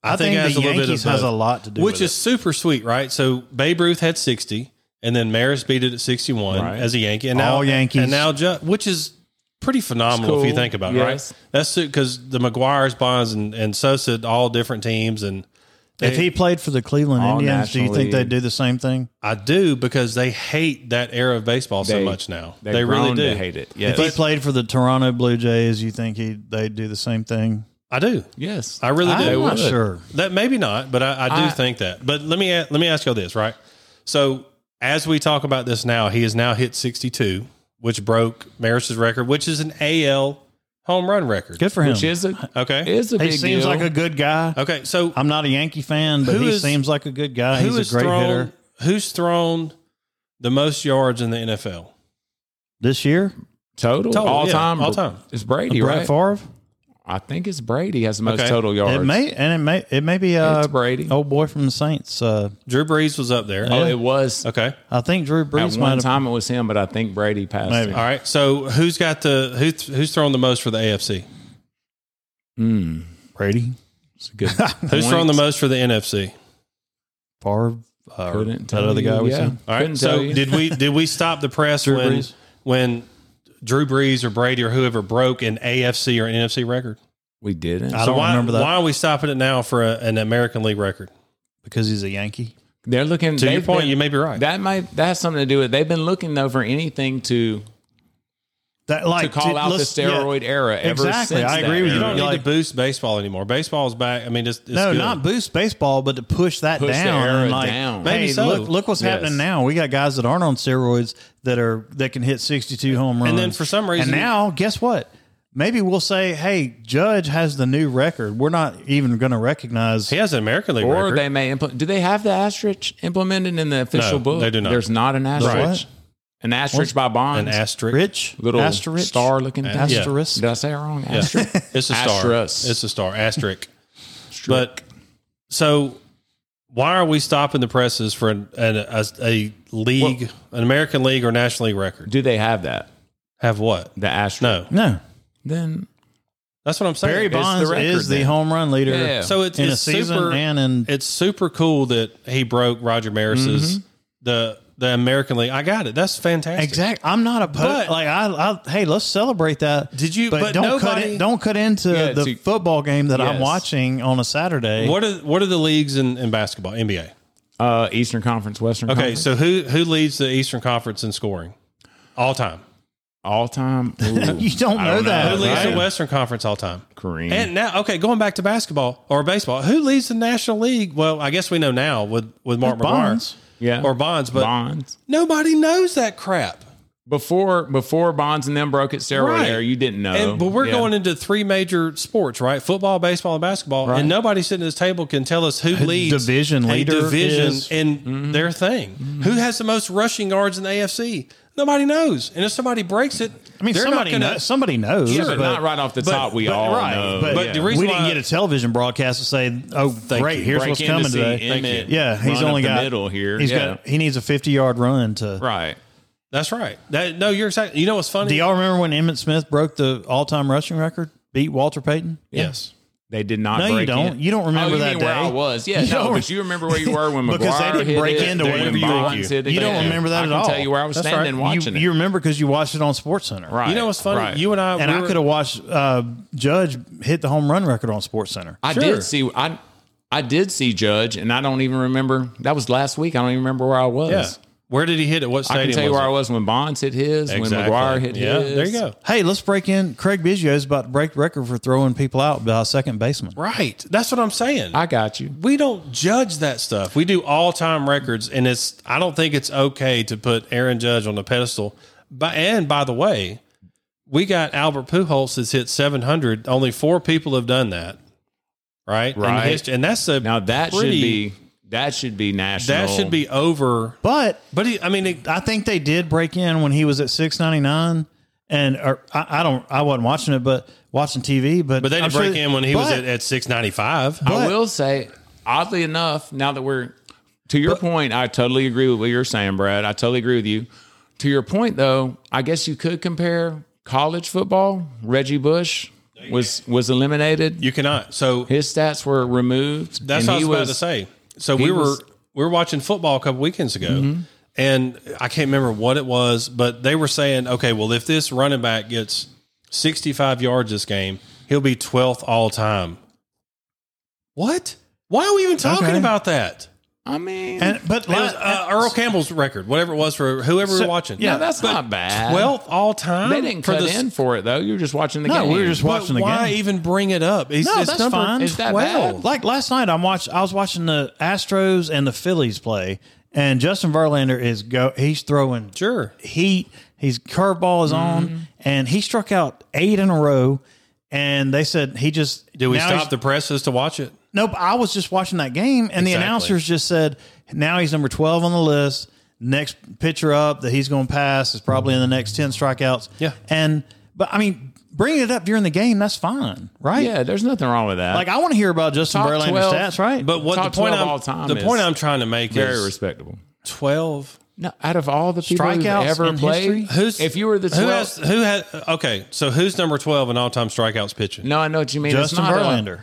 Speaker 1: I, think,
Speaker 2: it has
Speaker 1: the
Speaker 2: a little bit
Speaker 1: Yankees
Speaker 2: of
Speaker 1: has a
Speaker 2: both.
Speaker 1: lot to do
Speaker 2: which
Speaker 1: with
Speaker 2: is super sweet, right? So Babe Ruth had sixty, and then Maris beat it at sixty-one
Speaker 3: Right.
Speaker 2: as a Yankee, and now
Speaker 1: All Yankees.
Speaker 2: and now Ju- which is pretty phenomenal
Speaker 3: It's
Speaker 2: if you
Speaker 3: cool.
Speaker 2: think about it,
Speaker 3: Yes.
Speaker 2: right? That's because the McGuire's, Bonds, and, and Sosa all different teams, and
Speaker 1: If he played for the Cleveland
Speaker 3: All
Speaker 1: Indians, do you
Speaker 3: National
Speaker 1: think they'd
Speaker 3: League.
Speaker 1: do the same thing?
Speaker 2: I do because they hate that era of baseball so
Speaker 3: They-
Speaker 2: much now.
Speaker 3: they've
Speaker 2: They really
Speaker 3: grown
Speaker 2: do
Speaker 3: to hate it. Yes.
Speaker 1: If he played for the Toronto Blue Jays, you think he they'd do the same thing?
Speaker 2: I do.
Speaker 3: yes.
Speaker 2: I really do.
Speaker 1: I'm not
Speaker 3: would.
Speaker 1: sure.
Speaker 2: That maybe not, but I, I do
Speaker 3: I-
Speaker 2: think that. But let me a- let me ask y'all this, right? So as we talk about this now, he has now hit 62, which broke Maris's record, which is an AL home run record.
Speaker 1: Good for him.
Speaker 3: Which is a
Speaker 2: Okay.
Speaker 3: is a
Speaker 1: he
Speaker 3: big
Speaker 1: seems
Speaker 3: deal.
Speaker 1: like a good guy.
Speaker 2: Okay. So
Speaker 1: I'm not a Yankee fan, but
Speaker 2: Who
Speaker 1: he
Speaker 2: is-
Speaker 1: seems like a good guy.
Speaker 2: who
Speaker 1: Uh, He's
Speaker 2: has
Speaker 1: a great
Speaker 2: thrown
Speaker 1: hitter.
Speaker 2: who's thrown the most yards in the NFL?
Speaker 1: This year,
Speaker 3: total,
Speaker 2: Total,
Speaker 3: all
Speaker 2: yeah,
Speaker 3: time
Speaker 2: all time.
Speaker 3: It's Brady,
Speaker 1: Brett
Speaker 3: right?
Speaker 1: Favre.
Speaker 3: I think it's Brady has the most
Speaker 2: Okay.
Speaker 3: total yards.
Speaker 1: It may and it may it may be uh,
Speaker 3: it's Brady.
Speaker 2: oh,
Speaker 1: old boy from the Saints. Uh,
Speaker 2: Drew Brees was up there.
Speaker 3: Oh, it was
Speaker 2: Okay.
Speaker 1: I think Drew Brees
Speaker 3: at
Speaker 1: might
Speaker 3: one
Speaker 1: have-
Speaker 3: time it was him, but I think Brady passed.
Speaker 1: Maybe.
Speaker 2: All
Speaker 3: Him.
Speaker 2: right. So who's got the who's who's thrown the most for the AFC?
Speaker 3: Mm,
Speaker 1: Brady
Speaker 3: it's a good.
Speaker 2: Who's thrown the most for the NFC?
Speaker 1: Favre. Uh,
Speaker 3: Couldn't
Speaker 1: that
Speaker 3: tell
Speaker 1: other guy
Speaker 3: you,
Speaker 1: we
Speaker 3: yeah.
Speaker 1: seen.
Speaker 2: All right.
Speaker 3: Couldn't
Speaker 2: So
Speaker 3: tell you.
Speaker 2: did we did we stop the press
Speaker 1: Drew
Speaker 2: when
Speaker 1: Brees.
Speaker 2: when Drew Brees or Brady or whoever broke an AFC or an NFC record?
Speaker 3: we didn't.
Speaker 1: I
Speaker 2: So
Speaker 1: don't
Speaker 2: why,
Speaker 1: remember that
Speaker 2: Why are we stopping it now for a, an American League record?
Speaker 1: because he's a Yankee.
Speaker 3: They're looking.
Speaker 2: To your
Speaker 3: they've
Speaker 2: point,
Speaker 3: been-
Speaker 2: you may be right.
Speaker 3: that might that has something to do with. They've been looking though for anything to
Speaker 1: That like
Speaker 3: to call out the
Speaker 1: let's- yeah.
Speaker 3: steroid era. Ever
Speaker 1: Exactly.
Speaker 3: since
Speaker 1: I
Speaker 3: that
Speaker 1: agree with
Speaker 2: you
Speaker 1: you
Speaker 3: era.
Speaker 2: don't need
Speaker 1: like-
Speaker 2: to boost baseball anymore. Baseball's back. I mean, it's, it's
Speaker 1: no,
Speaker 2: good.
Speaker 1: not boost baseball, but to push that
Speaker 3: Push the
Speaker 1: down.
Speaker 3: era
Speaker 1: and like,
Speaker 3: down.
Speaker 1: Hey,
Speaker 2: Maybe so.
Speaker 1: look, look what's
Speaker 3: Yes.
Speaker 1: happening now. We got guys that aren't on steroids that are that can hit sixty-two home runs.
Speaker 2: then for some reason-
Speaker 1: and now guess what? Maybe we'll say, "Hey, Judge has the new record. We're not even going to recognize."
Speaker 2: he has an American League
Speaker 3: Or
Speaker 2: record.
Speaker 3: they may implement. Do they have the asterisk implemented in the official
Speaker 2: No,
Speaker 3: book?
Speaker 2: they do not.
Speaker 3: There's not an asterisk. An asterisk by Bonds.
Speaker 2: an asterisk.
Speaker 1: Rich
Speaker 3: little
Speaker 1: asterisk
Speaker 3: star looking thing.
Speaker 2: Yeah.
Speaker 1: asterisk.
Speaker 3: Did I say it wrong?
Speaker 2: Yeah.
Speaker 3: Asterisk.
Speaker 2: It's a star.
Speaker 3: Asterisk.
Speaker 2: It's a star. Asterisk.
Speaker 3: Asterisk.
Speaker 2: But so, why are we stopping the presses for an, an, a, a league, an American League or National League record?
Speaker 3: do they have that?
Speaker 2: Have what?
Speaker 3: The
Speaker 2: No,
Speaker 3: asterisk.
Speaker 1: No,
Speaker 3: Then
Speaker 2: that's what I'm saying.
Speaker 1: Barry
Speaker 2: It's-
Speaker 1: Bonds
Speaker 3: record
Speaker 1: is the
Speaker 3: then.
Speaker 1: home run leader
Speaker 3: Yeah.
Speaker 2: So it's,
Speaker 1: in
Speaker 2: it's
Speaker 1: a season
Speaker 2: super,
Speaker 1: and in
Speaker 2: it's super cool that he broke Roger Maris's
Speaker 1: Mm-hmm.
Speaker 2: the the American League. I got it. That's fantastic.
Speaker 1: Exact. I'm not opposed.
Speaker 2: But-
Speaker 1: Like I, I, hey, let's celebrate that.
Speaker 2: Did you-
Speaker 1: But,
Speaker 2: but
Speaker 1: don't cut
Speaker 2: nobody-
Speaker 1: it. Don't cut into
Speaker 3: Yeah,
Speaker 1: the
Speaker 3: to-
Speaker 1: football game that I'm
Speaker 3: Yes.
Speaker 1: watching on a Saturday.
Speaker 2: What are what are the leagues in, in basketball? NBA.
Speaker 3: uh, Eastern Conference, Western
Speaker 1: Mm-hmm.
Speaker 2: Okay,
Speaker 3: Conference.
Speaker 2: so who who leads the Eastern Conference in scoring all time?
Speaker 3: all time.
Speaker 1: You don't know that.
Speaker 2: Who leads
Speaker 1: right?
Speaker 2: the Western Conference all time?
Speaker 3: Kareem.
Speaker 2: And now, okay, going back to basketball or baseball, who leads the National League? Well, I guess we know now with with Mark
Speaker 1: Bonds.
Speaker 2: Bonds
Speaker 3: yeah.
Speaker 2: or Bonds, but
Speaker 3: Bonds.
Speaker 2: nobody knows that crap.
Speaker 3: Before before Bonds and them broke at steroid
Speaker 2: Right.
Speaker 3: era, you didn't know.
Speaker 2: And, but we're
Speaker 3: Yeah.
Speaker 2: going into three major sports, right? Football, baseball, and basketball,
Speaker 3: Right.
Speaker 2: and nobody sitting at this table can tell us who leads
Speaker 1: division
Speaker 2: a
Speaker 1: leader
Speaker 2: division
Speaker 1: is- Mm-hmm.
Speaker 2: in their thing. Who has the most rushing yards in the AFC? Nobody knows. And if somebody breaks it,
Speaker 1: I mean,
Speaker 2: they're not
Speaker 1: somebody
Speaker 2: gonna-
Speaker 1: knows. Somebody knows.
Speaker 3: Yeah, but, not right off the
Speaker 2: but-
Speaker 3: top. We
Speaker 2: but-
Speaker 3: all
Speaker 1: right.
Speaker 3: know.
Speaker 1: but
Speaker 2: but
Speaker 3: yeah.
Speaker 2: the reason
Speaker 1: we didn't
Speaker 2: why-
Speaker 1: get a television broadcast to say, "Oh, great,
Speaker 2: you.
Speaker 1: here's
Speaker 3: Break
Speaker 1: what's
Speaker 3: in to
Speaker 1: coming
Speaker 3: see
Speaker 1: today."
Speaker 3: Emmett
Speaker 1: Yeah, he's
Speaker 3: run up
Speaker 1: only
Speaker 3: the
Speaker 1: got
Speaker 3: middle here.
Speaker 1: He's
Speaker 3: yeah.
Speaker 1: got he needs a 50 yard run to.
Speaker 3: right.
Speaker 2: That's right. That, no, you're exactly. You know what's funny?
Speaker 1: Do y'all remember when Emmett Smith broke the all time rushing record? Beat Walter Payton.
Speaker 2: yes.
Speaker 3: They did not.
Speaker 1: No, you
Speaker 3: break
Speaker 1: don't.
Speaker 3: in.
Speaker 1: You don't remember
Speaker 3: oh, you
Speaker 1: that
Speaker 3: mean where
Speaker 1: day.
Speaker 3: I was. Yeah,
Speaker 1: You
Speaker 3: no,
Speaker 1: don't-
Speaker 3: but you remember where you were when McGuire
Speaker 1: Because they didn't
Speaker 3: hit
Speaker 1: break
Speaker 3: it,
Speaker 1: into
Speaker 3: when
Speaker 1: whatever you
Speaker 3: Bonds
Speaker 2: were-
Speaker 3: hit it.
Speaker 1: You
Speaker 3: Yeah.
Speaker 1: don't remember that
Speaker 3: I
Speaker 1: at
Speaker 3: can
Speaker 1: all.
Speaker 3: tell you where I was
Speaker 2: That's
Speaker 3: standing
Speaker 2: right.
Speaker 1: You,
Speaker 3: watching it.
Speaker 1: you remember because you watched it on SportsCenter.
Speaker 3: right.
Speaker 2: You know what's funny?
Speaker 3: Right.
Speaker 2: You and I.
Speaker 1: and
Speaker 2: we
Speaker 1: I
Speaker 2: were-
Speaker 1: could have watched uh, Judge hit the home run record on Sports Center.
Speaker 3: I
Speaker 2: Sure.
Speaker 3: did see I I did see Judge, and I don't even remember. That was last week. I don't even remember where I was.
Speaker 2: Yeah. Where did he hit it? What
Speaker 3: I
Speaker 2: stadium?
Speaker 3: can tell you
Speaker 2: was
Speaker 3: where
Speaker 2: it?
Speaker 3: I was when Bonds hit his,
Speaker 2: Exactly.
Speaker 3: when McGuire hit
Speaker 2: yeah,
Speaker 3: his.
Speaker 2: There you go.
Speaker 1: Hey, let's break in. Craig Biggio's about to break the record for throwing people out by a second baseman.
Speaker 2: Right. That's what I'm saying.
Speaker 3: I got you.
Speaker 2: we don't judge that stuff. We do all time records, and it's. I don't think it's okay to put Aaron Judge on the pedestal. But and by the way, we got Albert Pujols that's hit 700. Only four people have done that. Right. In
Speaker 3: Right.
Speaker 2: history. and that's a
Speaker 3: Now that
Speaker 2: pretty-
Speaker 3: should be that should be national.
Speaker 2: that should be over.
Speaker 1: But
Speaker 2: But he, I mean, it,
Speaker 1: I think they did break in when he was at six ninety nine, and or, I, I don't. I wasn't watching it, but watching TV. But
Speaker 2: but they
Speaker 1: I'm
Speaker 2: didn't
Speaker 1: sure-
Speaker 2: break in when he was
Speaker 1: but-
Speaker 2: at, at 695.
Speaker 3: I
Speaker 1: but-
Speaker 3: will say, oddly enough, now that we're to your point, I totally agree with what you're saying, Brad. I totally agree with you. To your point, though, I guess you could compare college football. Reggie Bush was was eliminated.
Speaker 2: You cannot. So
Speaker 3: His stats were removed.
Speaker 2: That's
Speaker 3: and
Speaker 2: what I was,
Speaker 3: he
Speaker 2: about to say. So we were
Speaker 3: was-
Speaker 2: we were watching football a couple weekends ago, and I can't remember what it was, but they were saying, okay, well, if this running back gets sixty five yards this game, he'll be twelfth all time. What? Why are we even talking
Speaker 1: Okay.
Speaker 2: about that?
Speaker 3: I mean,
Speaker 1: And but
Speaker 2: It was uh, Earl Campbell's record, whatever it was for whoever we
Speaker 1: So-
Speaker 2: were watching.
Speaker 1: yeah,
Speaker 3: no, that's
Speaker 2: but
Speaker 3: not bad.
Speaker 2: twelfth all time.
Speaker 3: they didn't
Speaker 2: for
Speaker 3: cut
Speaker 2: the-
Speaker 3: in for it though. You were just watching the
Speaker 1: No,
Speaker 3: game.
Speaker 1: we were just
Speaker 2: But
Speaker 1: watching the
Speaker 2: why
Speaker 1: game.
Speaker 2: even bring it up? It's,
Speaker 1: No,
Speaker 2: it's
Speaker 1: that's
Speaker 2: number
Speaker 1: fine.
Speaker 3: Is that
Speaker 2: twelve.
Speaker 3: bad?
Speaker 1: Like last night, I'm watch. I was watching the Astros and the Phillies play, and Justin Verlander is go. He's throwing
Speaker 2: Sure.
Speaker 1: heat. His curveball is on, and he struck out eight in a row. And they said he just
Speaker 2: Do we
Speaker 1: now he's-
Speaker 2: stop the presses to watch it?
Speaker 1: Nope. I was just watching that game, and
Speaker 2: Exactly.
Speaker 1: the announcers just said now he's number twelve on the list. Next pitcher up that he's going to pass is probably in the next ten strikeouts.
Speaker 2: Yeah.
Speaker 1: And but I mean, bringing it up during the game, that's fine, right?
Speaker 3: yeah, there's nothing wrong with that.
Speaker 1: Like I want to hear about Justin
Speaker 3: Top
Speaker 1: Verlander's
Speaker 3: 12,
Speaker 1: stats, right?
Speaker 2: But what
Speaker 3: Top
Speaker 2: the point
Speaker 3: 12
Speaker 2: I'm
Speaker 3: all time
Speaker 2: the
Speaker 3: is
Speaker 2: point I'm trying to make
Speaker 3: very
Speaker 2: is
Speaker 3: respectable.
Speaker 2: twelve.
Speaker 3: No, out of all the people who've
Speaker 1: Strikeouts
Speaker 3: ever
Speaker 1: in
Speaker 3: played,
Speaker 1: history?
Speaker 2: Who's
Speaker 3: if you were the
Speaker 2: who
Speaker 3: 12th,
Speaker 2: has who has okay? So who's number twelve in all time strikeouts pitching?
Speaker 3: no, I know what you mean.
Speaker 1: Justin
Speaker 3: it's not a-
Speaker 1: Verlander.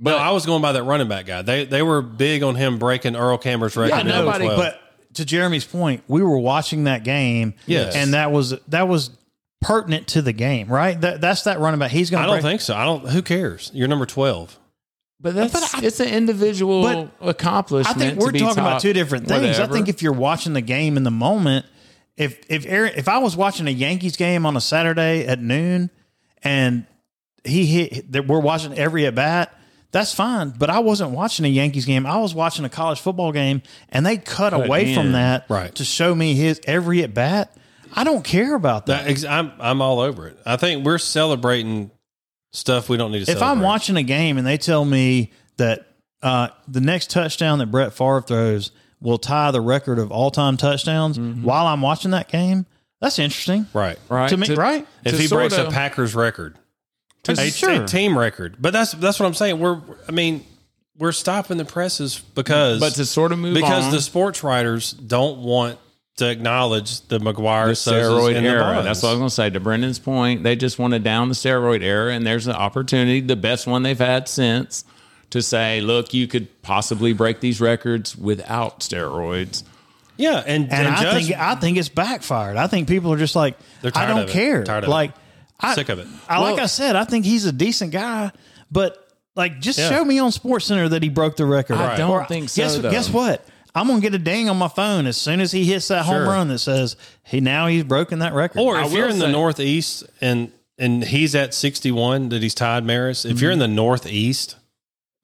Speaker 2: But I was going by that running back guy. They they were big on him breaking Earl Cameron's record.
Speaker 3: Yeah,
Speaker 2: in number
Speaker 3: nobody-
Speaker 2: 12.
Speaker 1: but to Jeremy's point, we were watching that game,
Speaker 2: Yes.
Speaker 1: and that was that was pertinent to the game, right? That that's that running back. He's going.
Speaker 2: I don't think so. I don't. Who cares? You're number twelve.
Speaker 3: but that's it's an individual
Speaker 1: But I
Speaker 3: accomplishment.
Speaker 1: think we're
Speaker 3: to be
Speaker 1: talking about
Speaker 3: top
Speaker 1: two different things.
Speaker 3: whatever.
Speaker 1: I think if you're watching the game in the moment, if if Aaron, if I was watching a Yankees game on a Saturday at noon, and he hit that we're watching every at bat, that's fine. But I wasn't watching a Yankees game. I was watching a college football game, and they cut, away
Speaker 3: in.
Speaker 1: from that
Speaker 2: Right.
Speaker 1: to show me his every at bat. I don't care about that.
Speaker 2: That, ex- I'm I'm all over it. I think we're celebrating stuff we don't need to.
Speaker 1: if I'm
Speaker 2: celebrate.
Speaker 1: watching a game and they tell me that uh, the next touchdown that Brett Favre throws will tie the record of all time touchdowns
Speaker 2: Mm-hmm.
Speaker 1: while I'm watching that game, that's interesting
Speaker 2: right,
Speaker 3: right
Speaker 1: to me, right?
Speaker 2: if
Speaker 3: to
Speaker 2: he breaks
Speaker 3: sorta-
Speaker 2: a Packers record,
Speaker 3: to
Speaker 2: a,
Speaker 1: Sure.
Speaker 2: a team record, but that's that's what I'm saying. We're I mean we're stopping the presses because
Speaker 3: But to sort of move
Speaker 2: because
Speaker 3: on,
Speaker 2: the sports writers don't want to acknowledge the McGuire
Speaker 3: the steroid
Speaker 2: and the
Speaker 3: era.
Speaker 2: Bonds.
Speaker 3: That's what I was going to say. To Brendan's point, they just want to down the steroid era, and there's an opportunity, the best one they've had since, to say, look, you could possibly break these records without steroids.
Speaker 2: Yeah, and
Speaker 1: And,
Speaker 2: and,
Speaker 1: I
Speaker 2: Judge
Speaker 1: think I think it's backfired. I think people are just like,
Speaker 2: They're
Speaker 1: I
Speaker 2: tired
Speaker 1: don't
Speaker 2: of it.
Speaker 1: care.
Speaker 2: Tired of it.
Speaker 1: like, I,
Speaker 2: sick of it.
Speaker 1: I, like I said, I think he's a decent guy, but like, just
Speaker 2: Yeah.
Speaker 1: show me on Sports Center that he broke the record.
Speaker 3: I don't
Speaker 1: Or-
Speaker 3: think so,
Speaker 1: Guess,
Speaker 3: though.
Speaker 1: guess what? I'm gonna get a ding on my phone as soon as he hits that
Speaker 2: Sure.
Speaker 1: home run that says he now he's broken that record.
Speaker 2: Or
Speaker 3: I
Speaker 2: if you're
Speaker 3: will
Speaker 2: in the
Speaker 3: say-
Speaker 2: Northeast and and he's at 61 that he's tied Maris, if you're in the Northeast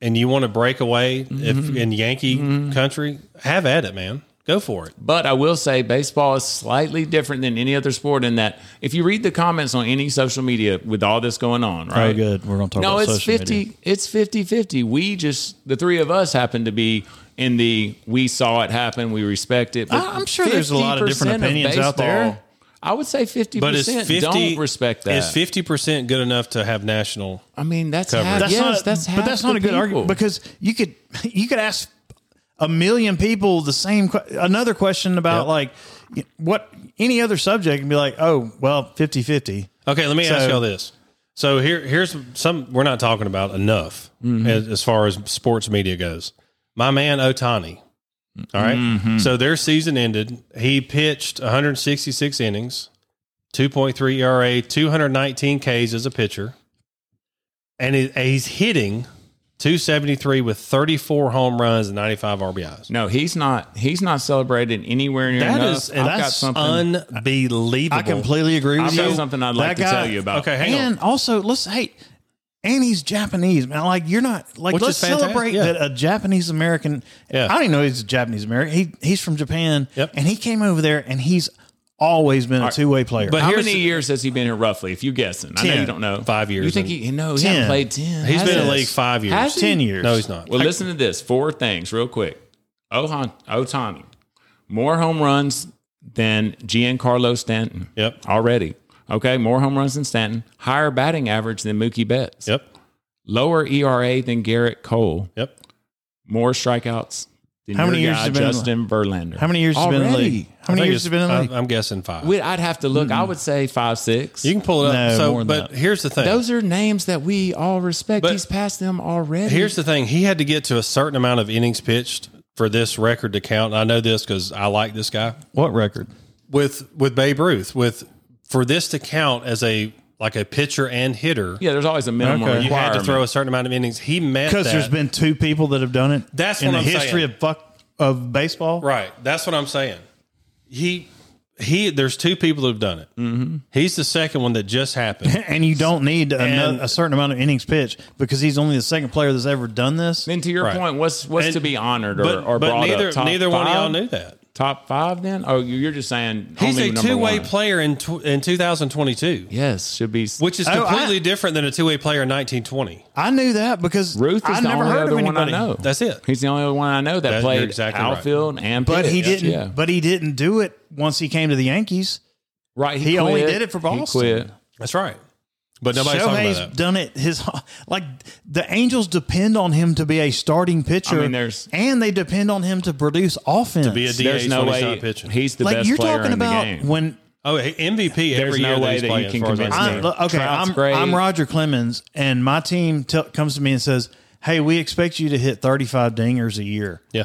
Speaker 2: and you want to break away
Speaker 3: Mm-hmm.
Speaker 2: if in Yankee country, have at it, man. Go for it.
Speaker 3: But I will say baseball is slightly different than any other sport in that if you read the comments on any social media with all this going on, right?
Speaker 1: Oh, good. We're going to talk
Speaker 3: No,
Speaker 1: about
Speaker 3: it's
Speaker 1: social
Speaker 3: 50
Speaker 1: media.
Speaker 3: it's 50-50. We just the three of us happen to be in the we saw it happen, we respect it.
Speaker 1: I- I'm sure there's a lot of different
Speaker 3: 50%
Speaker 1: opinions out there.
Speaker 3: baseball, I would say 50%
Speaker 2: But it's 50
Speaker 3: don't respect that.
Speaker 2: Is 50% good enough to have national?
Speaker 3: I mean, that's
Speaker 2: covered.
Speaker 3: half,
Speaker 2: That's
Speaker 3: yes,
Speaker 1: not,
Speaker 3: that's half
Speaker 1: but that's not
Speaker 3: the
Speaker 1: a good
Speaker 3: people.
Speaker 1: argument because you could you could ask a million people the same que- another question about like y- what any other subject and be like, oh well, 50-50.
Speaker 2: Okay, let me ask
Speaker 1: So-
Speaker 2: y'all this. So here, here's some we're not talking about enough
Speaker 1: Mm-hmm.
Speaker 2: as, as far as sports media goes. My man Otani. All right?
Speaker 1: Mm-hmm.
Speaker 2: So their season ended. He pitched 166 innings, 2.3 ERA, 219 Ks as a pitcher, and he, he's hitting 273 with 34 home runs and 95 RBIs.
Speaker 3: no, he's not. He's not celebrated anywhere near
Speaker 2: That
Speaker 3: enough.
Speaker 2: is
Speaker 3: I've got
Speaker 2: that's
Speaker 3: something.
Speaker 2: unbelievable.
Speaker 1: I completely agree with
Speaker 3: I've
Speaker 1: you.
Speaker 3: got something I'd like
Speaker 1: That
Speaker 3: to
Speaker 1: guy-
Speaker 3: tell you about.
Speaker 2: Okay, hang on.
Speaker 1: and also, let's hey, and he's Japanese, man. Like you're not like
Speaker 2: Which is
Speaker 1: let's
Speaker 2: fantastic,
Speaker 1: celebrate
Speaker 2: yeah.
Speaker 1: that a Japanese American.
Speaker 2: Yeah.
Speaker 1: I don't even know he's a Japanese American. He he's from Japan,
Speaker 2: Yep.
Speaker 1: and he came over there, and he's always been a two way player.
Speaker 2: But
Speaker 3: How
Speaker 2: here's
Speaker 3: many
Speaker 2: the-
Speaker 3: years has he been here roughly? If you guessing, I know
Speaker 1: Ten.
Speaker 3: you don't know.
Speaker 2: Five years
Speaker 3: You think
Speaker 2: and-
Speaker 3: he? No, he
Speaker 1: Ten.
Speaker 3: hasn't played ten.
Speaker 2: He's
Speaker 3: has
Speaker 2: been in
Speaker 3: he?
Speaker 2: the league 5 years.
Speaker 3: Has he?
Speaker 1: ten years.
Speaker 2: No, he's not.
Speaker 3: Well, listen to this. Four things, real quick. Ohan, Otani, more home runs than Giancarlo Stanton.
Speaker 2: Yep.
Speaker 3: Already. Okay, more home runs than Stanton. Higher batting average than Mookie Betts.
Speaker 2: Yep.
Speaker 3: Lower ERA than Garrett Cole.
Speaker 2: Yep.
Speaker 3: More strikeouts than
Speaker 1: How
Speaker 3: your
Speaker 1: many years
Speaker 3: guy,
Speaker 1: has he been in the-
Speaker 3: Justin Verlander.
Speaker 1: how many years has he been in the
Speaker 3: Already.
Speaker 1: league? Mm-hmm. How
Speaker 2: I
Speaker 1: many
Speaker 2: think
Speaker 1: years has he
Speaker 2: it's-
Speaker 1: been in the
Speaker 2: I-
Speaker 1: league?
Speaker 2: I'm guessing five.
Speaker 3: We- I'd have to look. I would say five, six.
Speaker 2: You can pull it up.
Speaker 1: No,
Speaker 2: so,
Speaker 1: more than
Speaker 2: but
Speaker 1: that.
Speaker 2: here's the thing.
Speaker 3: Those are names that we all respect.
Speaker 2: But-
Speaker 3: He's past them already.
Speaker 2: here's the thing. He had to get to a certain amount of innings pitched for this record to count. I know this because I like this guy
Speaker 1: What record?
Speaker 2: with with Babe Ruth. With for this to count as a like a pitcher and hitter.
Speaker 3: Yeah, there's always a minimum
Speaker 1: Okay.
Speaker 2: You had
Speaker 3: requirement.
Speaker 2: to throw a certain amount of innings. He met
Speaker 1: because
Speaker 2: that.
Speaker 1: there's been two people that have done it.
Speaker 2: That's
Speaker 1: in
Speaker 2: what
Speaker 1: the
Speaker 2: I'm
Speaker 1: history
Speaker 2: saying.
Speaker 1: of fuck of baseball.
Speaker 2: Right. That's what I'm saying. He he. There's two people that have done it. Mm-hmm. He's the second one that just happened.
Speaker 1: And you don't need
Speaker 2: And-
Speaker 1: a, a certain amount of innings pitched because he's only the second player that's ever done this.
Speaker 3: Then to your
Speaker 2: Right.
Speaker 3: point, what's what's
Speaker 2: And-
Speaker 3: to be honored or,
Speaker 2: but
Speaker 3: or
Speaker 2: but
Speaker 3: brought
Speaker 2: neither
Speaker 3: up? Top
Speaker 2: neither one of
Speaker 3: five?
Speaker 2: y'all knew that.
Speaker 3: Top five, then? Oh, you- you're just saying
Speaker 2: He's
Speaker 3: only
Speaker 2: a
Speaker 3: number
Speaker 2: two way
Speaker 3: one.
Speaker 2: player in tw- in 2022,
Speaker 3: Yes, should be.
Speaker 2: which is
Speaker 1: Oh, I-
Speaker 2: completely different than a two way player in 1920.
Speaker 1: I knew that because
Speaker 3: Ruth is
Speaker 1: I
Speaker 3: the
Speaker 1: never
Speaker 3: only
Speaker 1: heard
Speaker 3: other
Speaker 1: of
Speaker 3: one I
Speaker 1: anybody.
Speaker 3: know.
Speaker 2: That's it.
Speaker 3: He's the only one I know that
Speaker 2: That-
Speaker 3: played
Speaker 2: you're exactly right.
Speaker 3: outfield and
Speaker 1: But he
Speaker 3: pitch.
Speaker 1: didn't.
Speaker 3: Yeah.
Speaker 1: But he didn't do it once he came to the Yankees.
Speaker 3: right,
Speaker 1: he only
Speaker 3: quit.
Speaker 1: did it for
Speaker 3: He
Speaker 1: Boston.
Speaker 3: quit.
Speaker 2: That's right. But nobody's talking
Speaker 1: Shohei's
Speaker 2: about that.
Speaker 1: done it his like the Angels depend on him to be a starting pitcher.
Speaker 3: I mean, there's-
Speaker 1: and they depend on him to produce offense. To
Speaker 2: be a D-
Speaker 3: There's
Speaker 2: DH
Speaker 3: no
Speaker 2: when
Speaker 3: way
Speaker 2: he's not pitching.
Speaker 3: he's the
Speaker 1: like
Speaker 3: best
Speaker 1: you're
Speaker 3: player
Speaker 1: talking
Speaker 3: in the
Speaker 1: about
Speaker 3: game.
Speaker 1: when
Speaker 2: Oh, hey, MVP
Speaker 3: There's
Speaker 2: every
Speaker 3: no
Speaker 2: year
Speaker 3: way
Speaker 2: he's
Speaker 3: that you
Speaker 2: playing, as
Speaker 3: can
Speaker 2: far as
Speaker 3: convince
Speaker 2: I'm
Speaker 1: I,
Speaker 3: me.
Speaker 2: concerned.
Speaker 1: look, okay,
Speaker 3: Trout's
Speaker 1: I'm,
Speaker 3: great.
Speaker 1: I'm Roger Clemens, and my team t- comes to me and says, "Hey, we expect you to hit 35 dingers a year."
Speaker 2: Yeah.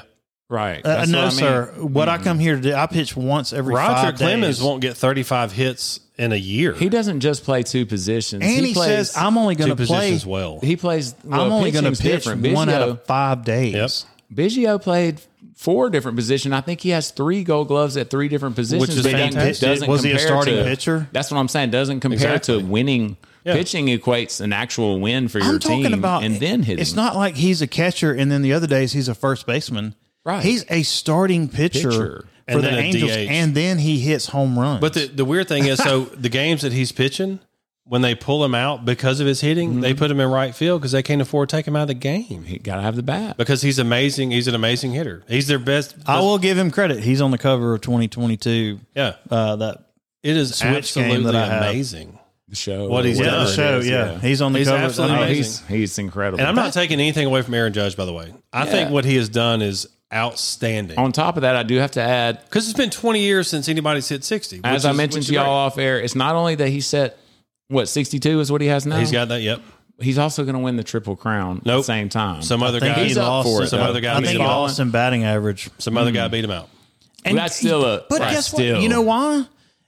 Speaker 3: right.
Speaker 1: Uh,
Speaker 3: That's
Speaker 1: no,
Speaker 3: what I mean. Hmm.
Speaker 1: sir. What I come here to do, I pitch once every
Speaker 2: Roger
Speaker 1: five
Speaker 2: Clemens
Speaker 1: days.
Speaker 2: won't get 35 hits in a year.
Speaker 3: He doesn't just play two positions.
Speaker 1: and
Speaker 3: he,
Speaker 1: he
Speaker 3: plays,
Speaker 1: says, "I'm only going
Speaker 2: Two
Speaker 1: to play.
Speaker 2: positions well.
Speaker 3: he plays. Well,
Speaker 1: I'm only going
Speaker 3: pitching's
Speaker 1: to pitch
Speaker 3: different.
Speaker 1: one
Speaker 3: Biggio-
Speaker 1: out of five days."
Speaker 2: Yep.
Speaker 3: Biggio played four different positions. I think he has three Gold Gloves at three different positions.
Speaker 2: Which is
Speaker 3: but doesn't-
Speaker 2: fantastic.
Speaker 3: doesn't
Speaker 1: Was he a
Speaker 3: compare
Speaker 1: starting
Speaker 3: to-
Speaker 1: pitcher?
Speaker 3: That's what I'm saying. Doesn't compare
Speaker 2: Exactly.
Speaker 3: to winning. Pitching equates an actual win for your
Speaker 1: I'm
Speaker 3: team,
Speaker 1: talking about
Speaker 3: and then hitting.
Speaker 1: It's not like he's a catcher, and then the other days he's a first baseman.
Speaker 3: Right.
Speaker 1: He's a starting pitcher,
Speaker 3: Pitcher.
Speaker 1: for
Speaker 2: And
Speaker 1: the
Speaker 2: then a
Speaker 1: Angels,
Speaker 2: DH.
Speaker 1: and then he hits home runs.
Speaker 2: But the, the weird thing is, so the games that he's pitching, when they pull him out because of his hitting, they
Speaker 3: Mm-hmm.
Speaker 2: put him in right field because they can't afford to take him out of the game
Speaker 3: He gotta have the bat.
Speaker 2: because he's amazing. He's an amazing hitter. He's their best.
Speaker 1: I will give him credit. He's on the cover of 2022.
Speaker 2: yeah,
Speaker 1: Uh, that
Speaker 2: it is
Speaker 1: Switch game
Speaker 2: absolutely
Speaker 1: that I have.
Speaker 2: amazing.
Speaker 3: The show.
Speaker 2: What he's
Speaker 3: or
Speaker 1: yeah,
Speaker 2: done.
Speaker 1: the
Speaker 3: whatever it
Speaker 1: show.
Speaker 3: is,
Speaker 1: yeah. he's on the
Speaker 2: He's
Speaker 1: cover.
Speaker 2: absolutely
Speaker 1: I
Speaker 3: Oh,
Speaker 1: mean,
Speaker 2: amazing.
Speaker 3: he's he's incredible.
Speaker 2: And I'm not taking anything away from Aaron Judge, by the way. I think what he has done is outstanding
Speaker 3: On top of that, I do have to add
Speaker 2: because it's been 20 years since anybody's hit 60. which
Speaker 3: as I
Speaker 2: is-
Speaker 3: mentioned
Speaker 2: which
Speaker 3: to
Speaker 2: is
Speaker 3: y'all
Speaker 2: great.
Speaker 3: off air, it's not only that he set what 62 is what he has now.
Speaker 2: he's got that. Yep.
Speaker 3: he's also going to win the triple crown at the
Speaker 2: Nope.
Speaker 3: same time.
Speaker 2: Some other
Speaker 1: I think
Speaker 2: guy.
Speaker 1: he
Speaker 3: he's up
Speaker 1: lost
Speaker 3: for it,
Speaker 2: Some
Speaker 3: though.
Speaker 2: other guy.
Speaker 1: I
Speaker 2: beat
Speaker 1: think he
Speaker 2: him out.
Speaker 1: lost in batting average.
Speaker 2: Some other
Speaker 3: Hmm.
Speaker 2: guy beat him out.
Speaker 1: And
Speaker 3: that's still a-
Speaker 1: But
Speaker 3: right,
Speaker 1: guess what?
Speaker 3: still.
Speaker 1: You know why?